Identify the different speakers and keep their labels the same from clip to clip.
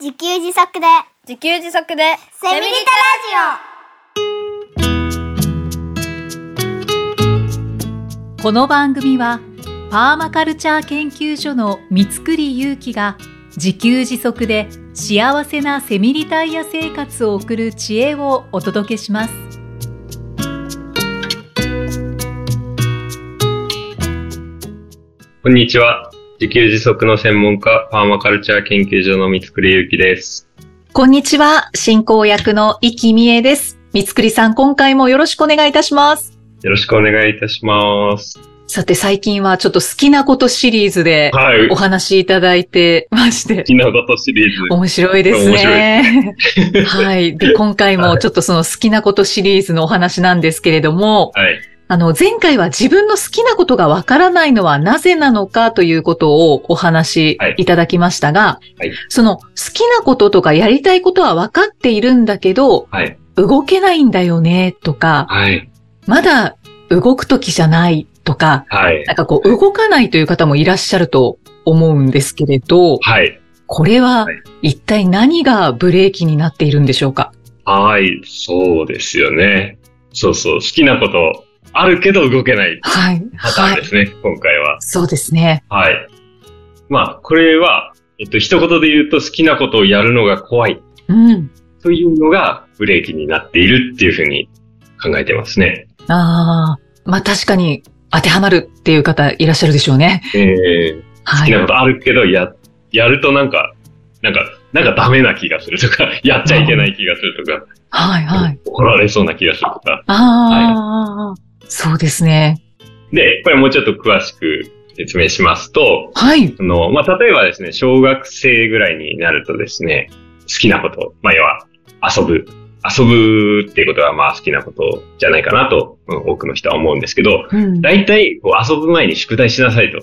Speaker 1: 自給自足で
Speaker 2: 自給自足で
Speaker 1: セミリタ
Speaker 3: この番組はパーマカルチャー研究所の三栗祐樹が自給自足で幸せなセミリタイヤ生活を送る知恵をお届けします
Speaker 4: こんにちは。自給自足の専門家、パーマカルチャー研究所の三栗ゆうきです。
Speaker 5: こんにちは。進行役の生きみえです。三つくりさん、今回もよろしくお願いいたします。
Speaker 4: よろしくお願いいたします。
Speaker 5: さて、最近はちょっと好きなことシリーズで
Speaker 4: はい。
Speaker 5: お
Speaker 4: 好
Speaker 5: 話いただいてまして、
Speaker 4: きなことシリーズ。
Speaker 5: 面白いですね。はい。で、今回もちょっとその好きなことシリーズのお話なんですけれども、
Speaker 4: はい。
Speaker 5: あの、前回は自分の好きなことがわからないのはなぜなのかということをお話しいただきましたが、
Speaker 4: はいはい
Speaker 5: その好きなこととかやりたいことはわかっているんだけど、
Speaker 4: はい。
Speaker 5: 動けないんだよねとか、
Speaker 4: はい。
Speaker 5: まだ動く時じゃないとか、
Speaker 4: はい。
Speaker 5: なんかこう動かないという方もいらっしゃると思うんですけれど、
Speaker 4: はい。
Speaker 5: これは
Speaker 4: はい
Speaker 5: 一体何がブレーキになっているんでしょうか
Speaker 4: はい。そうですよね。そうそう。好きなこと、あるけど動けない
Speaker 5: はい。
Speaker 4: パターン
Speaker 5: は
Speaker 4: で
Speaker 5: い。
Speaker 4: すね。今回は。
Speaker 5: そうですね。
Speaker 4: はい。まあ、これは、えっと、一言で言うと好きなことをやるのが怖い
Speaker 5: うん。
Speaker 4: というのがブレーキになっているっていうふうに考えてますね。
Speaker 5: ああ。まあ確かに当てはまるっていう方いらっしゃるでしょうね。
Speaker 4: えー、好
Speaker 5: は
Speaker 4: き
Speaker 5: い。
Speaker 4: なことあるけど、や、やるとなんか、なんか、なんかダメな気がするとか、 やっちゃいけない気がするとか、
Speaker 5: はいはい。
Speaker 4: 怒られそうな気がするとか。
Speaker 5: ああ。そうですね。
Speaker 4: で、これもうちょっと詳しく説明しますと、
Speaker 5: はい。
Speaker 4: あの、まあ、例えばですね、小学生ぐらいになるとですね、好きなこと、まあ、要は、遊ぶ。遊ぶっていうことは、まあ、好きなことじゃないかなと、うん多くの人は思うんですけど、
Speaker 5: うん。
Speaker 4: 大体、こう、遊ぶ前に宿題しなさいと、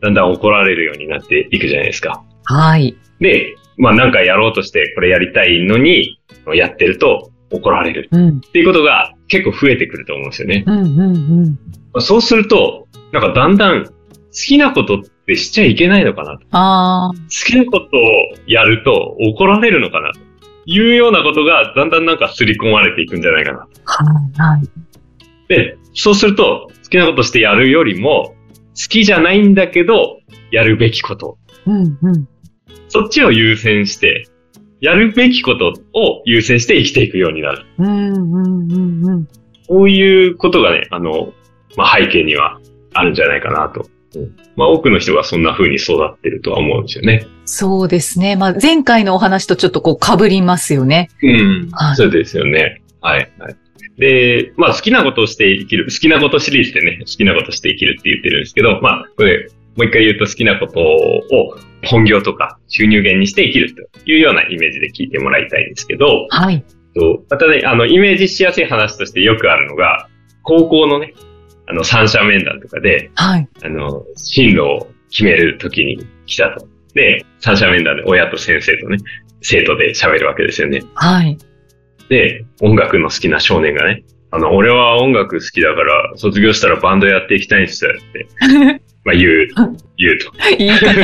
Speaker 4: だんだん怒られるようになっていくじゃないですか。
Speaker 5: はい。
Speaker 4: で、まあなんかやろうとしてこれやりたいのに、やってると怒られる
Speaker 5: うん。
Speaker 4: っていうことが結構増えてくると思うんですよね。
Speaker 5: うんうんうん。
Speaker 4: そうすると、なんかだんだん好きなことってしちゃいけないのかなと。
Speaker 5: ああ。
Speaker 4: 好きなことをやると怒られるのかなというようなことがだんだんなんか刷り込まれていくんじゃないかな。
Speaker 5: はいはい。
Speaker 4: で、そうすると好きなことしてやるよりも好きじゃないんだけどやるべきこと
Speaker 5: うんうん。
Speaker 4: そっちを優先して、やるべきことを優先して生きていくようになる。
Speaker 5: うんうんうんうん。
Speaker 4: こういうことがね、あの、まあ、背景にはあるんじゃないかなと。まあ、多くの人がそんな風に育ってるとは思うんですよね。
Speaker 5: そうですね。まあ、前回のお話とちょっとこう被りますよね。
Speaker 4: うん
Speaker 5: はい
Speaker 4: そうですよね。はい。はい、で、まあ、好きなことをして生きる。好きなことシリーズでね、好きなことして生きるって言ってるんですけど、まあ、これ、もう一回言うと好きなことを本業とか収入源にして生きるというようなイメージで聞いてもらいたいんですけど、
Speaker 5: はい。
Speaker 4: と、またね、あの、イメージしやすい話としてよくあるのが、高校のね、あの、三者面談とかで、
Speaker 5: はい。
Speaker 4: あの、進路を決めるときに来たと。で、三者面談で親と先生とね、生徒で喋るわけですよね。
Speaker 5: はい。
Speaker 4: で、音楽の好きな少年がね、あの、俺は音楽好きだから、卒業したらバンドやっていきたいんですよって、まあ言う
Speaker 5: うん、
Speaker 4: 言うと。
Speaker 5: 言い 方。
Speaker 4: で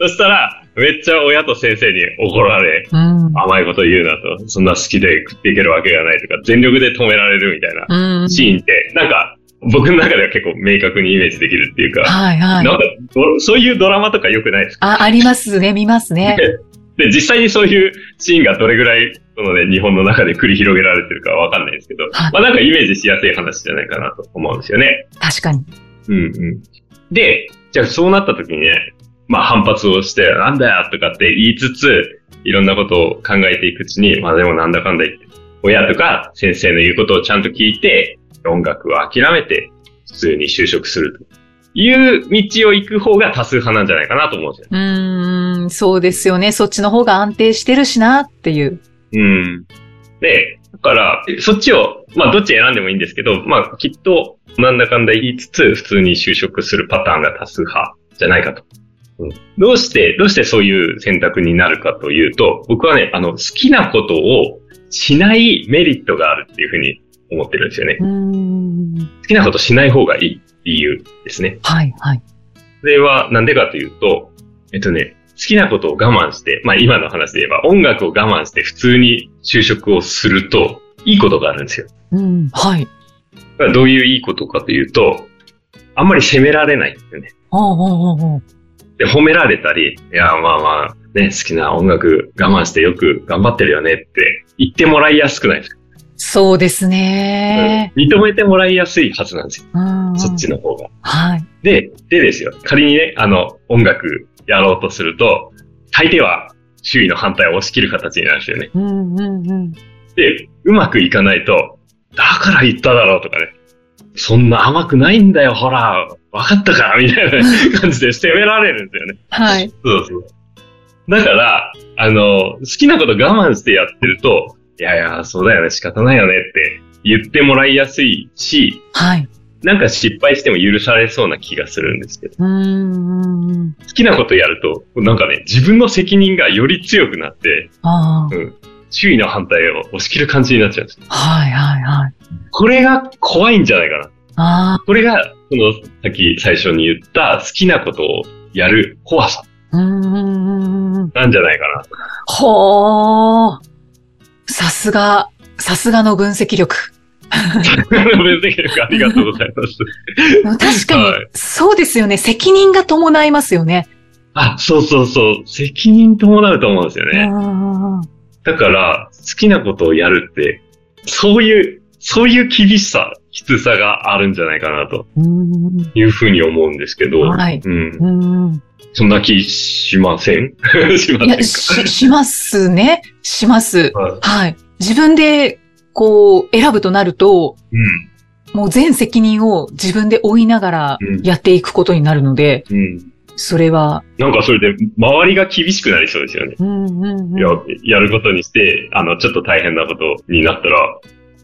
Speaker 4: そしたら、めっちゃ親と先生に怒られ、
Speaker 5: うん。
Speaker 4: 甘いこと言うなと、そんな好きで食っていけるわけがないとか、全力で止められるみたいな
Speaker 5: うん。
Speaker 4: シーンって、なんか、僕の中では結構明確にイメージできるっていうか、
Speaker 5: はいはい。
Speaker 4: なんかど、そういうドラマとか良くないですか
Speaker 5: あ、ありますね。見ますね。
Speaker 4: で、実際にそういうシーンがどれぐらい、そのね、日本の中で繰り広げられてるかはわかんないですけど、
Speaker 5: はい
Speaker 4: まあなんかイメージしやすい話じゃないかなと思うんですよね。
Speaker 5: 確かに。
Speaker 4: うんうん。で、じゃあそうなった時にね、まあ反発をして、なんだよとかって言いつつ、いろんなことを考えていくうちに、まあでもなんだかんだ言って、親とか先生の言うことをちゃんと聞いて、音楽を諦めて、普通に就職するという道を行く方が多数派なんじゃないかなと思うんですよ。
Speaker 5: うーん。そうですよね。そっちの方が安定してるしなっていう。
Speaker 4: うん。で、だから、そっちを、まあ、どっち選んでもいいんですけど、まあ、きっと、なんだかんだ言いつつ、普通に就職するパターンが多数派じゃないかと。うん、どうして、どうしてそういう選択になるかというと、僕はね、あの、好きなことをしないメリットがあるっていうふうに思ってるんですよね
Speaker 5: う。ーん。
Speaker 4: 好きなことしない方がいい理由ですね。
Speaker 5: はいはい。
Speaker 4: それはなんでかというと、えっとね、好きなことを我慢して、まあ今の話で言えば音楽を我慢して普通に就職をすると、いいことがあるんですよ。
Speaker 5: うん。はい。
Speaker 4: まあどういういいことかというと、あんまり責められないんですよね。
Speaker 5: おうおうおうおう
Speaker 4: で、褒められたり、いや、まあまあ、ね、好きな音楽我慢してよく頑張ってるよねって言ってもらいやすくないですか、
Speaker 5: そうですね。
Speaker 4: うん認めてもらいやすいはずなんですよ。
Speaker 5: うん。
Speaker 4: そっちの方が。
Speaker 5: はい。
Speaker 4: で、でですよ。仮にね、あの、音楽やろうとすると、大抵は周囲の反対を押し切る形になるんですよね。
Speaker 5: うんうんうん。
Speaker 4: で、うまくいかないと、だから言っただろうとかね。そんな甘くないんだよ、ほら、わかったから、みた いな感じで責められるんですよね。
Speaker 5: はい。
Speaker 4: そうそう。だから、あの、好きなこと我慢してやってると、いやいや、そうだよね、仕方ないよねって言ってもらいやすいし、
Speaker 5: はい。
Speaker 4: なんか失敗しても許されそうな気がするんですけど、
Speaker 5: うんうんうん。
Speaker 4: 好きなことやると、なんかね、自分の責任がより強くなって、
Speaker 5: あ
Speaker 4: 周囲の反対を押し切る感じになっちゃうんです
Speaker 5: あ。はいはいはい。
Speaker 4: これが怖いんじゃないかな。
Speaker 5: あ
Speaker 4: これが、その、さっき最初に言った好きなことをやる怖さ
Speaker 5: あ。うんうんうんうん。
Speaker 4: なんじゃないかな。
Speaker 5: ほー。さすが、さすがの分析力。
Speaker 4: 分析力ありがとうございます。
Speaker 5: 確か
Speaker 4: は
Speaker 5: に
Speaker 4: い、
Speaker 5: そうですよね。責任が伴いますよね。
Speaker 4: あ、そうそうそう。責任伴うと思うんですよ
Speaker 5: う
Speaker 4: ね。
Speaker 5: んうんうん
Speaker 4: だから、好きなことをやるって、そういう、そういう厳しさ、きつさがあるんじゃないかなと
Speaker 5: うん
Speaker 4: いうふうに思うんですけど、
Speaker 5: はい
Speaker 4: うん。
Speaker 5: うんうん
Speaker 4: そんな気しません し
Speaker 5: い
Speaker 4: ません
Speaker 5: や、
Speaker 4: か
Speaker 5: し、 しますね。します。
Speaker 4: はい
Speaker 5: はい。自分で、こう、選ぶとなると、
Speaker 4: うん。
Speaker 5: もう全責任を自分で負いながら
Speaker 4: うん
Speaker 5: やっていくことになるので、
Speaker 4: うん。
Speaker 5: それは、
Speaker 4: なんかそれで、周りが厳しくなりそうですよね。
Speaker 5: うんうんうん
Speaker 4: いや、やることにして、あの、ちょっと大変なことになったら、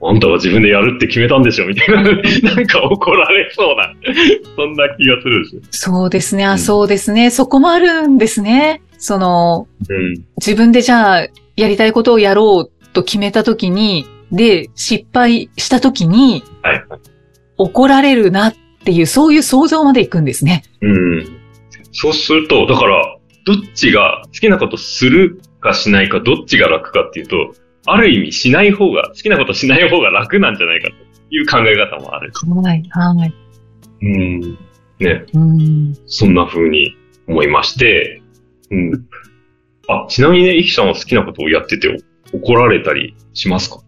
Speaker 4: あんたは自分でやるって決めたんでしょみたいな、 なんか怒られそうな、 そんな気がするんですよ。
Speaker 5: そうですね。
Speaker 4: う
Speaker 5: あ、
Speaker 4: ん
Speaker 5: そうですね。そこもあるんですね。その、
Speaker 4: うん。
Speaker 5: 自分でじゃあ、やりたいことをやろうと決めたときに、で、失敗したときに、
Speaker 4: はい
Speaker 5: 怒られるなっていう、そういう想像までいくんですね。
Speaker 4: うん。そうすると、だから、どっちが好きなことするかしないか、どっちが楽かっていうと、ある意味しない方が、好きなことしない方が楽なんじゃないかという考え方もある。
Speaker 5: はい、はい。
Speaker 4: うん。ね、
Speaker 5: うん。
Speaker 4: そんな風に思いまして、うん。あ、ちなみにね、イキさんは好きなことをやってて怒られたりしますか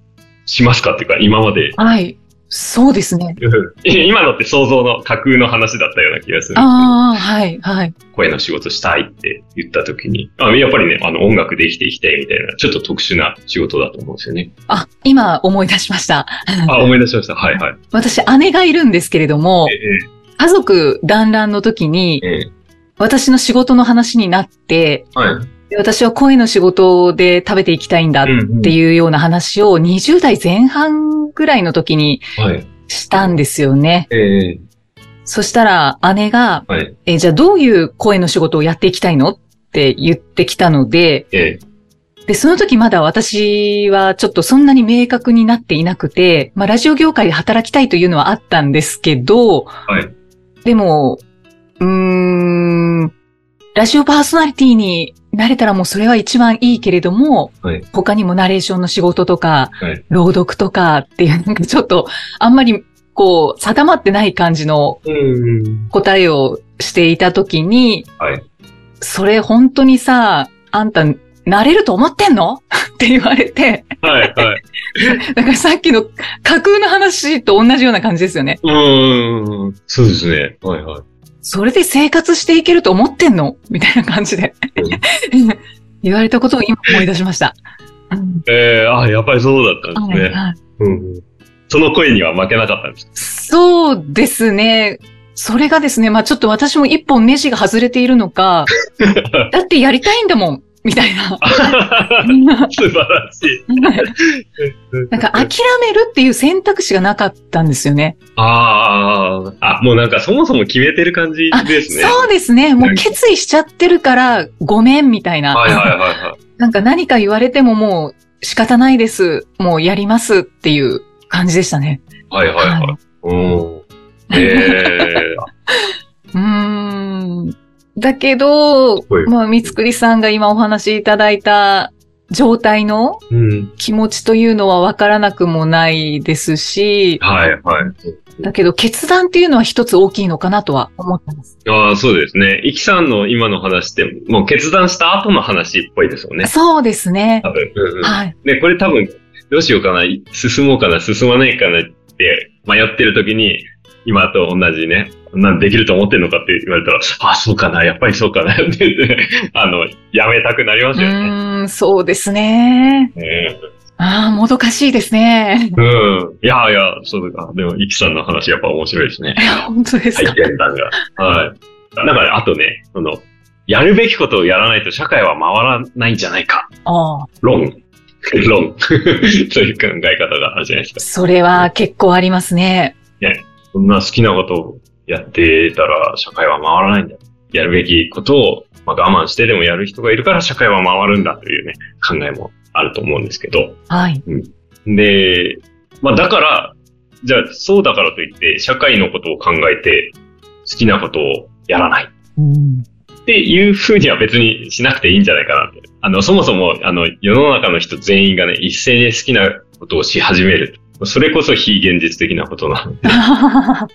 Speaker 4: しますかっていうか、今 まで。
Speaker 5: はい。そうですね。
Speaker 4: うん今のって想像の架空の話だったような気がするんですけど。
Speaker 5: ああ、はい、はい。
Speaker 4: 声の仕事したいって言った時に、あやっぱりね、あの音楽で生きていきたいみたいな、ちょっと特殊な仕事だと思うんですよね。
Speaker 5: あ、今思い出しました。
Speaker 4: あ、思い出しました。はいはい。
Speaker 5: 私、姉がいるんですけれども、
Speaker 4: え
Speaker 5: 家族団らんの時に
Speaker 4: え、、ええ。
Speaker 5: 私の仕事の話になって、
Speaker 4: はい。
Speaker 5: で私は声の仕事で食べていきたいんだ
Speaker 4: うん
Speaker 5: っていうような話を20代前半ぐらいの時に
Speaker 4: うん。はい。
Speaker 5: したんですよね。
Speaker 4: ええ。
Speaker 5: そしたら姉が、
Speaker 4: はい。
Speaker 5: え、じゃあどういう声の仕事をやっていきたいのって言ってきたので、
Speaker 4: ええ。
Speaker 5: で、その時まだ私はちょっとそんなに明確になっていなくて、まあラジオ業界で働きたいというのはあったんですけど、
Speaker 4: はい。
Speaker 5: でも、うーん、ラジオパーソナリティになれたらもうそれは一番いいけれども、
Speaker 4: はい
Speaker 5: 他にもナレーションの仕事とか、
Speaker 4: はい
Speaker 5: 朗読とかっていう、なんかちょっとあんまりこう定まってない感じの
Speaker 4: うん。
Speaker 5: 答えをしていたときに、
Speaker 4: はい
Speaker 5: それ本当にさ、あんた、なれると思ってんの って言われて、
Speaker 4: はいはい。
Speaker 5: だからさっきの架空の話と同じような感じですよね。
Speaker 4: うーん。そうですね。はいはい。
Speaker 5: それで生活していけると思ってんのみたいな感じで。 言われたことを今思い出しました。うん
Speaker 4: ええあ、やっぱりそうだったん
Speaker 5: は
Speaker 4: で
Speaker 5: い
Speaker 4: すね。
Speaker 5: はい
Speaker 4: うん。その声には負けなかったん です。
Speaker 5: そうですね。それがですね、まあちょっと私も一本ネジが外れているの か、だってやりたいんだもんみたいな。
Speaker 4: 素晴らしい。
Speaker 5: なんか諦めるっていう選択肢がなかったんですよね。
Speaker 4: ああ、あ、もうなんかそもそも決めてる感じ
Speaker 5: あ
Speaker 4: ですね。
Speaker 5: そうですね。もう決意しちゃってるから、ごめんみたいな。
Speaker 4: はいはいはいはい。
Speaker 5: なんか何か言われてももう仕方ないです。もうやりますっていう感じでしたね。
Speaker 4: はいはい はい。うん。ええ
Speaker 5: うーん。だけど
Speaker 4: はい、
Speaker 5: まあ、三つくりさんが今お話しいただいた状態の
Speaker 4: うん。
Speaker 5: 気持ちというのはわからなくもないですし、
Speaker 4: はい、はい。
Speaker 5: だけど決断っていうのは一つ大きいのかなとは思ってます。
Speaker 4: ああ、そうですね。イキさんの今の話って、もう決断した後の話っぽいですよね。
Speaker 5: そうですね。
Speaker 4: 多分。うんうん
Speaker 5: はい。
Speaker 4: で、これ多分、どうしようかな、進もうかな、進まないかなって迷ってる時に、今と同じね、こんなんできると思ってんのかって言われたら、あ、そうかな、やっぱりそうかなって言って、あの、やめたくなりま
Speaker 5: う
Speaker 4: すよね。
Speaker 5: ーん、そうですね。
Speaker 4: ね
Speaker 5: ああ、もどかしいですね。
Speaker 4: うん。いやいや、そうか。でも、イキさんの話やっぱ面白いですね。
Speaker 5: 本当ですか。
Speaker 4: 体験談が。はい。だから、あとね、その、やるべきことをやらないと社会は回らないんじゃないか。
Speaker 5: ああ、
Speaker 4: 論。論。 そういう考え方があるじゃないですか。
Speaker 5: それは結構ありますね。
Speaker 4: そんな好きなことをやってたら社会は回らないんだ。やるべきことを、まあ、我慢してでもやる人がいるから社会は回るんだというね、考えもあると思うんですけど。
Speaker 5: はい。
Speaker 4: で、まあだから、じゃあそうだからといって社会のことを考えて好きなことをやらない。
Speaker 5: うん、
Speaker 4: っていうふうには別にしなくていいんじゃないかなって。あの、そもそも、あの、世の中の人全員がね、一斉に好きなことをし始める。それこそ非現実的なことなので、 あ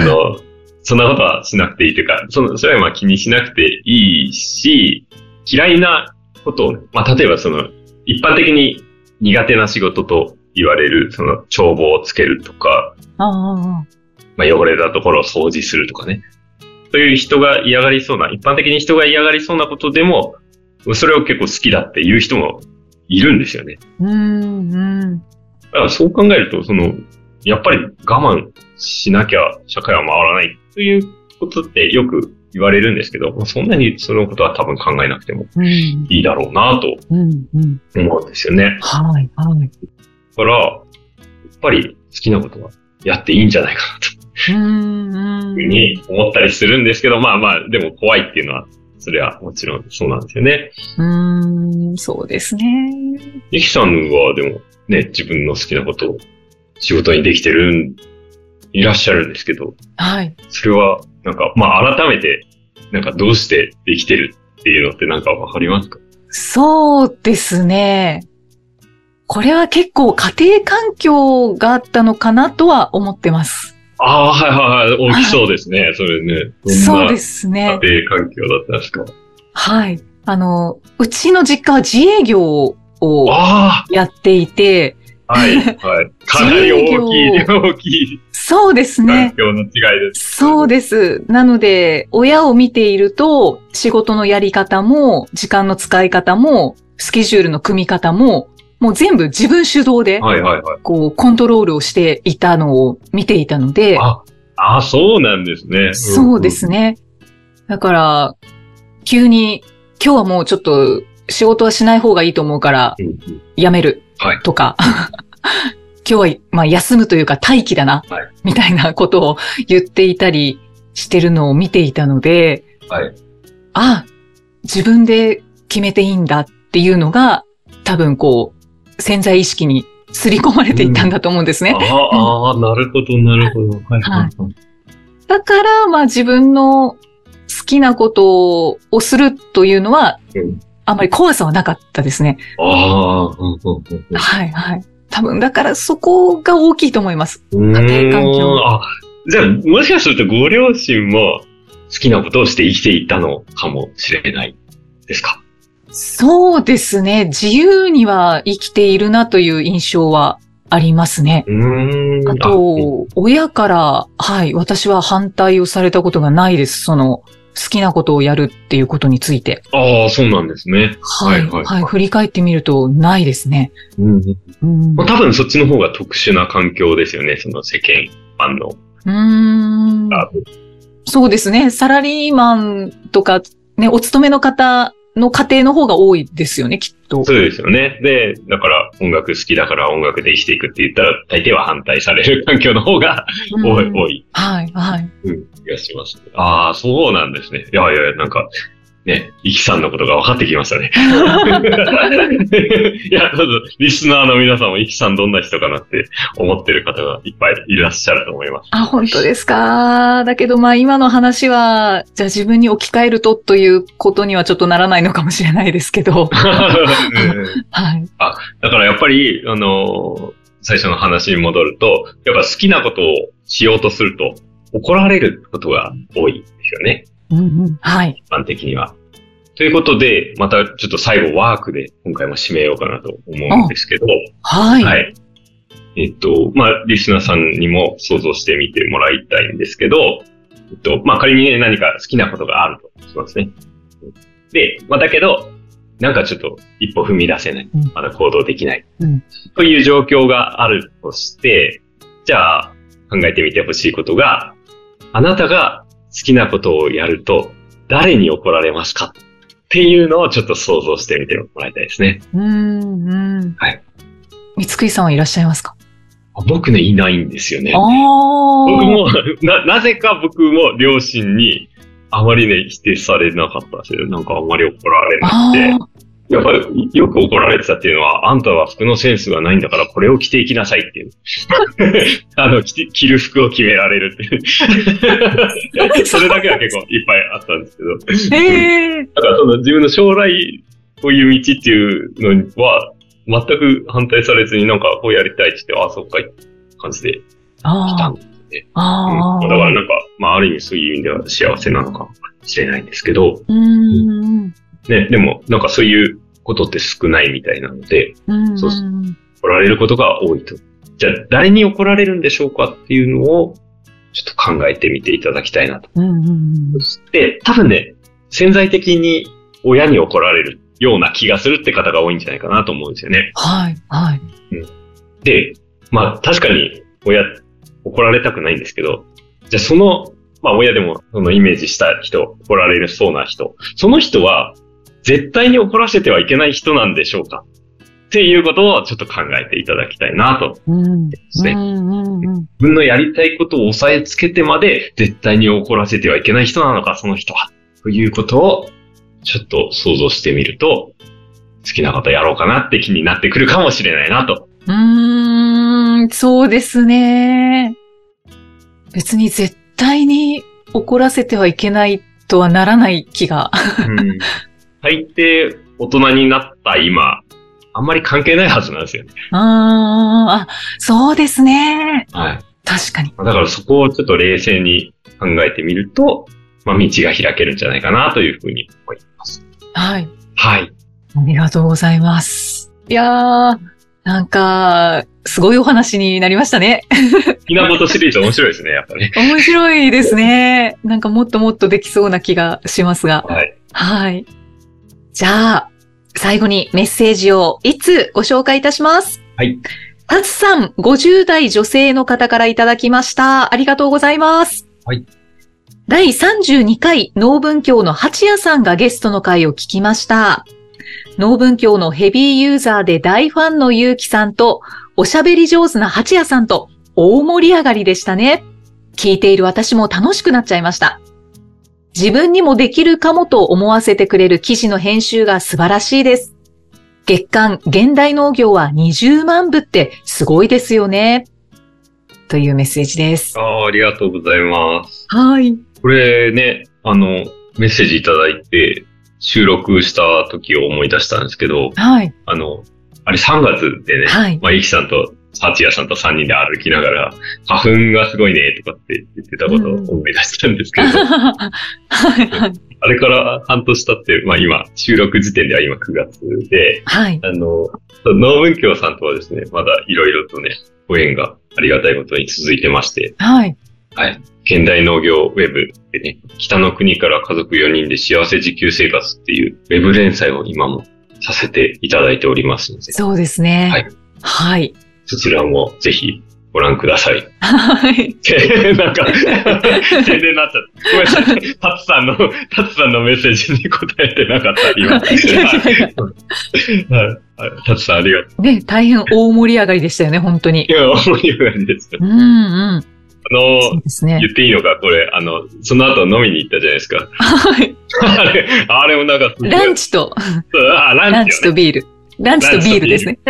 Speaker 4: の、そんなことはしなくていいというか、その、それはまあ気にしなくていいし、嫌いなことをね、まあ例えばその、一般的に苦手な仕事と言われる、その、帳簿をつけるとか、
Speaker 5: ああ、
Speaker 4: まあ、汚れたところを掃除するとかね。そういう人が嫌がりそうな、一般的に人が嫌がりそうなことでも、それを結構好きだっていう人もいるんですよね。
Speaker 5: うん、うん。
Speaker 4: だからそう考えると、その、やっぱり我慢しなきゃ社会は回らないということってよく言われるんですけど、まあそんなにそのことは多分考えなくても
Speaker 5: うん、
Speaker 4: いいだろうなと
Speaker 5: うん、うん。
Speaker 4: 思うんですよね。
Speaker 5: はい、はい。
Speaker 4: だから、やっぱり好きなことはやっていいんじゃないかなと。
Speaker 5: うん、うん。
Speaker 4: に思ったりするんですけど、まあまあ、でも怖いっていうのは、それはもちろんそうなんですよね。
Speaker 5: うーん、そうですね。
Speaker 4: ゆきさんはでもね、自分の好きなことを仕事にできてるん、いらっしゃるんですけど、
Speaker 5: はい。
Speaker 4: それはなんか、まあ改めて、なんかどうしてできてるっていうのってなんかわかりますか
Speaker 5: そうですね。これは結構家庭環境があったのかなとは思ってます。
Speaker 4: ああ、はいはいはい、大きそうです ね、それね。。
Speaker 5: そうですすね。
Speaker 4: 家庭環境だったんですか。
Speaker 5: はい。あの、うちの実家は自営業を
Speaker 4: あ
Speaker 5: やっていて、
Speaker 4: あ、はい、はい。 かなり大きい、大きい
Speaker 5: そうです
Speaker 4: 環
Speaker 5: ね。
Speaker 4: 境の違いです。
Speaker 5: そうです。なので、親を見ていると、仕事のやり方も、時間の使い方も、スケジュールの組み方も、もう全部自分主導で、
Speaker 4: はいはいはい。
Speaker 5: こう、コントロールをしていたのを見ていたので、
Speaker 4: あ、あ、そうなんですね。
Speaker 5: そうですね。だから、急に、今日はもうちょっと仕事はしない方がいいと思うから、
Speaker 4: うんうん。
Speaker 5: やめる
Speaker 4: はい。
Speaker 5: とか、 今日は、まあ、休むというか待機だな、
Speaker 4: はい
Speaker 5: みたいなことを言っていたりしてるのを見ていたので、
Speaker 4: はい
Speaker 5: あ、自分で決めていいんだっていうのが、多分こう、潜在意識に刷り込まれていったんだと思うんですね。
Speaker 4: ああ、なるほど、なるほど。はい
Speaker 5: はい
Speaker 4: はい。
Speaker 5: だから、まあ自分の好きなことをするというのは
Speaker 4: うん、
Speaker 5: あまり怖さはなかったですね。
Speaker 4: ああ、うんうんうんうん
Speaker 5: はいはい。多分、だからそこが大きいと思います。家庭環境
Speaker 4: うーんあ、じゃあ、もしかするとご両親も好きなことをして生きていったのかもしれないですか。
Speaker 5: そうですね。自由には生きているなという印象はありますね。
Speaker 4: うーん。
Speaker 5: あ
Speaker 4: うん
Speaker 5: と、親から、はい、私は反対をされたことがないです。その、好きなことをやるっていうことについて。
Speaker 4: ああ、そうなんですね。
Speaker 5: はい、
Speaker 4: はいはい
Speaker 5: はい。振り返ってみると、ないですね。
Speaker 4: うんうん。
Speaker 5: うん
Speaker 4: まあ多分そっちの方が特殊な環境ですよね、その世間一般の。
Speaker 5: うーん。
Speaker 4: あ
Speaker 5: そうですね。サラリーマンとか、ね、お勤めの方の家庭の方が多いですよね、きっと。
Speaker 4: そうですよね。で、だから音楽好きだから音楽で生きていくって言ったら大抵は反対される環境の方が
Speaker 5: うん
Speaker 4: 多い、多い、
Speaker 5: はい、はい。
Speaker 4: うん、気がします、ね。ああ、そうなんですね。いやいや、なんか、ね、イキさんのことが分かってきましたね。いや、どうぞ、リスナーの皆さんもイキさんどんな人かなって思ってる方がいっぱいいらっしゃると思います。
Speaker 5: あ、本当ですか。だけどまあ今の話は、じゃあ自分に置き換えるとということにはちょっとならないのかもしれないですけど。
Speaker 4: うん
Speaker 5: はい。
Speaker 4: だからやっぱり、あのー最初の話に戻ると、やっぱ好きなことをしようとすると怒られることが多いですよね。
Speaker 5: はい。
Speaker 4: 一般的には。ということで、またちょっと最後ワークで今回も締めようかなと思うんですけど、
Speaker 5: はい。
Speaker 4: はい。えっと、まあ、リスナーさんにも想像してみてもらいたいんですけど、えっと、まあ、仮にね、何か好きなことがあるとしますね。で、まあ、だけど、なんかちょっと一歩踏み出せない
Speaker 5: うん。
Speaker 4: まだ行動できない。
Speaker 5: うん
Speaker 4: という状況があるとして、じゃあ、考えてみてほしいことが、あなたが好きなことをやると、誰に怒られますかっていうのをちょっと想像してみてもらいたいですね。
Speaker 5: うん、うん。
Speaker 4: はい。
Speaker 5: 三つくりさんはいらっしゃいますか
Speaker 4: あ僕ね、いないんですよね。
Speaker 5: ああ。
Speaker 4: 僕も、な、なぜか僕も両親にあまりね、否定されなかったんですよ。なんかあんまり怒られな
Speaker 5: あ
Speaker 4: く
Speaker 5: ー
Speaker 4: て。やっぱりよく怒られてたっていうのは、あんたは服のセンスがないんだからこれを着ていきなさいっていう。 あの、着て着る服を決められる っていう。それだけは結構いっぱいあったんですけど。
Speaker 5: ええ
Speaker 4: だからその自分の将来、こういう道っていうのは、全く反対されずになんかこうやりたいって言って、ああ、そっかいって感じで来た
Speaker 5: あ
Speaker 4: ん
Speaker 5: ーあ
Speaker 4: う
Speaker 5: ー。
Speaker 4: んだからなんか、まあ、ある意味そういう意味では幸せなのかもしれないんですけど、
Speaker 5: うん。
Speaker 4: ね、でも、なんかそういうことって少ないみたいなので、
Speaker 5: うん。
Speaker 4: そうそ怒られることが多いと。じゃあ、誰に怒られるんでしょうかっていうのを、ちょっと考えてみていただきたいなと。
Speaker 5: うんうん
Speaker 4: で、多分ね、潜在的に親に怒られるような気がするって方が多いんじゃないかなと思うんですよね。
Speaker 5: はい、はい。
Speaker 4: で、まあ確かに親、怒られたくないんですけど、じゃあその、まあ親でもそのイメージした人、怒られるそうな人、その人は絶対に怒らせてはいけない人なんでしょうかっていうことをちょっと考えていただきたいなと。
Speaker 5: うん。
Speaker 4: すね
Speaker 5: うんうんうん
Speaker 4: 自分のやりたいことを抑えつけてまで絶対に怒らせてはいけない人なのか、その人は。ということをちょっと想像してみると、好きなことやろうかなって気になってくるかもしれないなと。
Speaker 5: うーん、そうですね。別に絶対に怒らせてはいけないとはならない気が。
Speaker 4: うん大抵大人になった今、あんまり関係ないはずなんですよね。
Speaker 5: うーん、あ、そうですね。
Speaker 4: はい。
Speaker 5: 確かに。
Speaker 4: だからそこをちょっと冷静に考えてみると、まあ道が開けるんじゃないかなというふうに思います。
Speaker 5: はい。
Speaker 4: はい。
Speaker 5: ありがとうございます。いやー、なんか、すごいお話になりましたね。
Speaker 4: 好きなことシリーズ面白いですね、やっぱね。
Speaker 5: 面白いですね。なんかもっともっとできそうな気がしますが。
Speaker 4: はい。
Speaker 5: はい。じゃあ、最後にメッセージを一通ご紹介いたします。
Speaker 4: はい。
Speaker 5: タツさん、50代女性の方からいただきました。ありがとうございます。
Speaker 4: はい。
Speaker 5: 第32回農文教の八谷さんがゲストの回を聞きました。農文教のヘビーユーザーで大ファンのゆうきさんと、おしゃべり上手な八谷さんと、大盛り上がりでしたね。聞いている私も楽しくなっちゃいました。自分にもできるかもと思わせてくれる記事の編集が素晴らしいです。月間現代農業は20万部ってすごいですよね。というメッセージです。
Speaker 4: ああ、ありがとうございます。
Speaker 5: はい。
Speaker 4: これね、あの、メッセージいただいて、収録した時を思い出したんですけど、
Speaker 5: はい。
Speaker 4: あの、あれ3月でね、
Speaker 5: はい。
Speaker 4: まあ、ゆきさんと、サチヤさんと3人で歩きながら、花粉がすごいね、とかって言ってたことを思い出したんですけ ど、
Speaker 5: はい。はい。
Speaker 4: あれから半年経って、まあ今、収録時点では今9月で、
Speaker 5: はい。
Speaker 4: あの、農文教さんとはですね、まだいろいろとね、ご縁がありがたいことに続いてまして、
Speaker 5: はい。
Speaker 4: 現代農業ウェブでね、北の国から家族4人で幸せ自給生活っていうウェブ連載を今もさせていただいておりますので、
Speaker 5: そうですね。
Speaker 4: はい。
Speaker 5: はい。
Speaker 4: そちらもぜひご覧ください。
Speaker 5: はい。
Speaker 4: なんか、宣伝になっちゃった。ごめんなさい。タツさんの、タツさんのメッセージに答えてなかった、 今。
Speaker 5: いやいやいや
Speaker 4: はいはいタツさんありがとう。
Speaker 5: ね、大変大盛り上がりでしたよね、本当に
Speaker 4: い。や、思い上がりです。
Speaker 5: うんうん。
Speaker 4: あ
Speaker 5: そ
Speaker 4: の、
Speaker 5: うですね。
Speaker 4: 言っていいのか、これ、あの、その後飲みに行ったじゃないですか。
Speaker 5: はい。
Speaker 4: あれ、あれもなんかすごい
Speaker 5: ランチと、
Speaker 4: あ、ラ
Speaker 5: ラン
Speaker 4: ンチ
Speaker 5: チ
Speaker 4: よ
Speaker 5: とビール。ランチとビールですね。
Speaker 4: ね。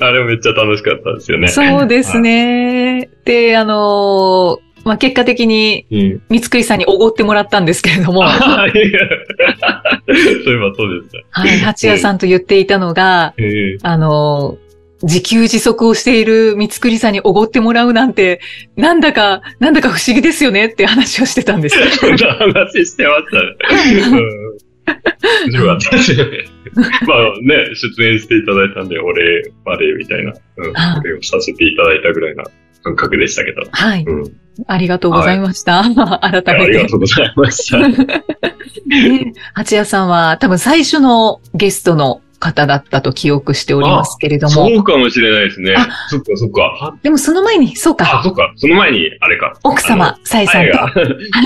Speaker 4: あれめっちゃ楽しかったですよね。
Speaker 5: そうですね。で、あのーまあ、結果的に、
Speaker 4: うん。
Speaker 5: 三つくりさんにおごってもらったんですけれども、は
Speaker 4: あいや そういえばそうでした。
Speaker 5: い、八谷さんと言っていたのが、
Speaker 4: ええ
Speaker 5: あのー自給自足をしている三つくりさんにおごってもらうなんて、なんだか、なんだか不思議ですよねって話をしてたん です。
Speaker 4: そんな話してましたね。うん面白かったですよね。まあね、出演していただいたんで、お礼、バレーみたいな、うん、
Speaker 5: はい
Speaker 4: お礼をさせていただいたぐらいな感覚でしたけど。
Speaker 5: はい。
Speaker 4: うん、
Speaker 5: ありがとうございました。
Speaker 4: あ
Speaker 5: 改め
Speaker 4: りが
Speaker 5: て。
Speaker 4: とうござい ました。
Speaker 5: で八谷さんは多分最初のゲストの方だったと記憶しておりますけれども
Speaker 4: そ、うかもしれないですね
Speaker 5: あ。
Speaker 4: そっかそっか。
Speaker 5: でもその前に、そう
Speaker 4: あ、
Speaker 5: か、
Speaker 4: そっか。その前に、あれか。
Speaker 5: 奥様、さえ
Speaker 4: あの。
Speaker 5: さん
Speaker 4: 愛
Speaker 5: と。
Speaker 4: が。
Speaker 5: はい。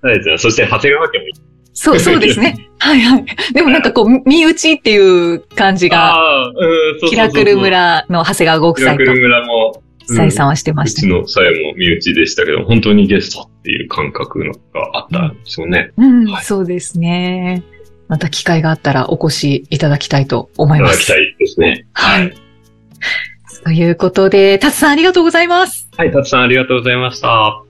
Speaker 4: はいじゃあそして、長谷川家も行っ
Speaker 5: そう、そうですね。はいはい。でもなんかこう、身内っていう感じ
Speaker 4: た。
Speaker 5: が、
Speaker 4: ああ、うん、そうそうそうそう
Speaker 5: キラクル。村の長谷川ご夫
Speaker 4: キラ
Speaker 5: 妻
Speaker 4: ク
Speaker 5: と、
Speaker 4: ル村も、うん
Speaker 5: さえさんはしてま
Speaker 4: う
Speaker 5: した
Speaker 4: ち
Speaker 5: ね。
Speaker 4: のさえも身内でしたけど、本当にゲストっていう感覚のがあったんですよね。
Speaker 5: うん
Speaker 4: は、い
Speaker 5: そうですね。また機会があったらお越しいただきたいと思
Speaker 4: い
Speaker 5: い
Speaker 4: た
Speaker 5: ま
Speaker 4: だき
Speaker 5: す
Speaker 4: た。いですね。
Speaker 5: はい。ということで、タツさんありがとうございます。
Speaker 4: はい、たつさんありがとうございました。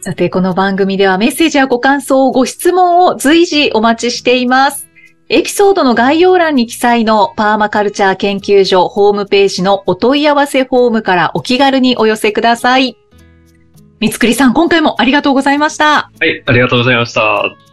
Speaker 5: さて、この番組ではメッセージやご感想、ご質問を随時お待ちしています。エピソードの概要欄に記載のパーマカルチャー研究所ホームページのお問い合わせフォームからお気軽にお寄せください。三つくりさん、今回もありがとうございました。
Speaker 4: はい、ありがとうございました。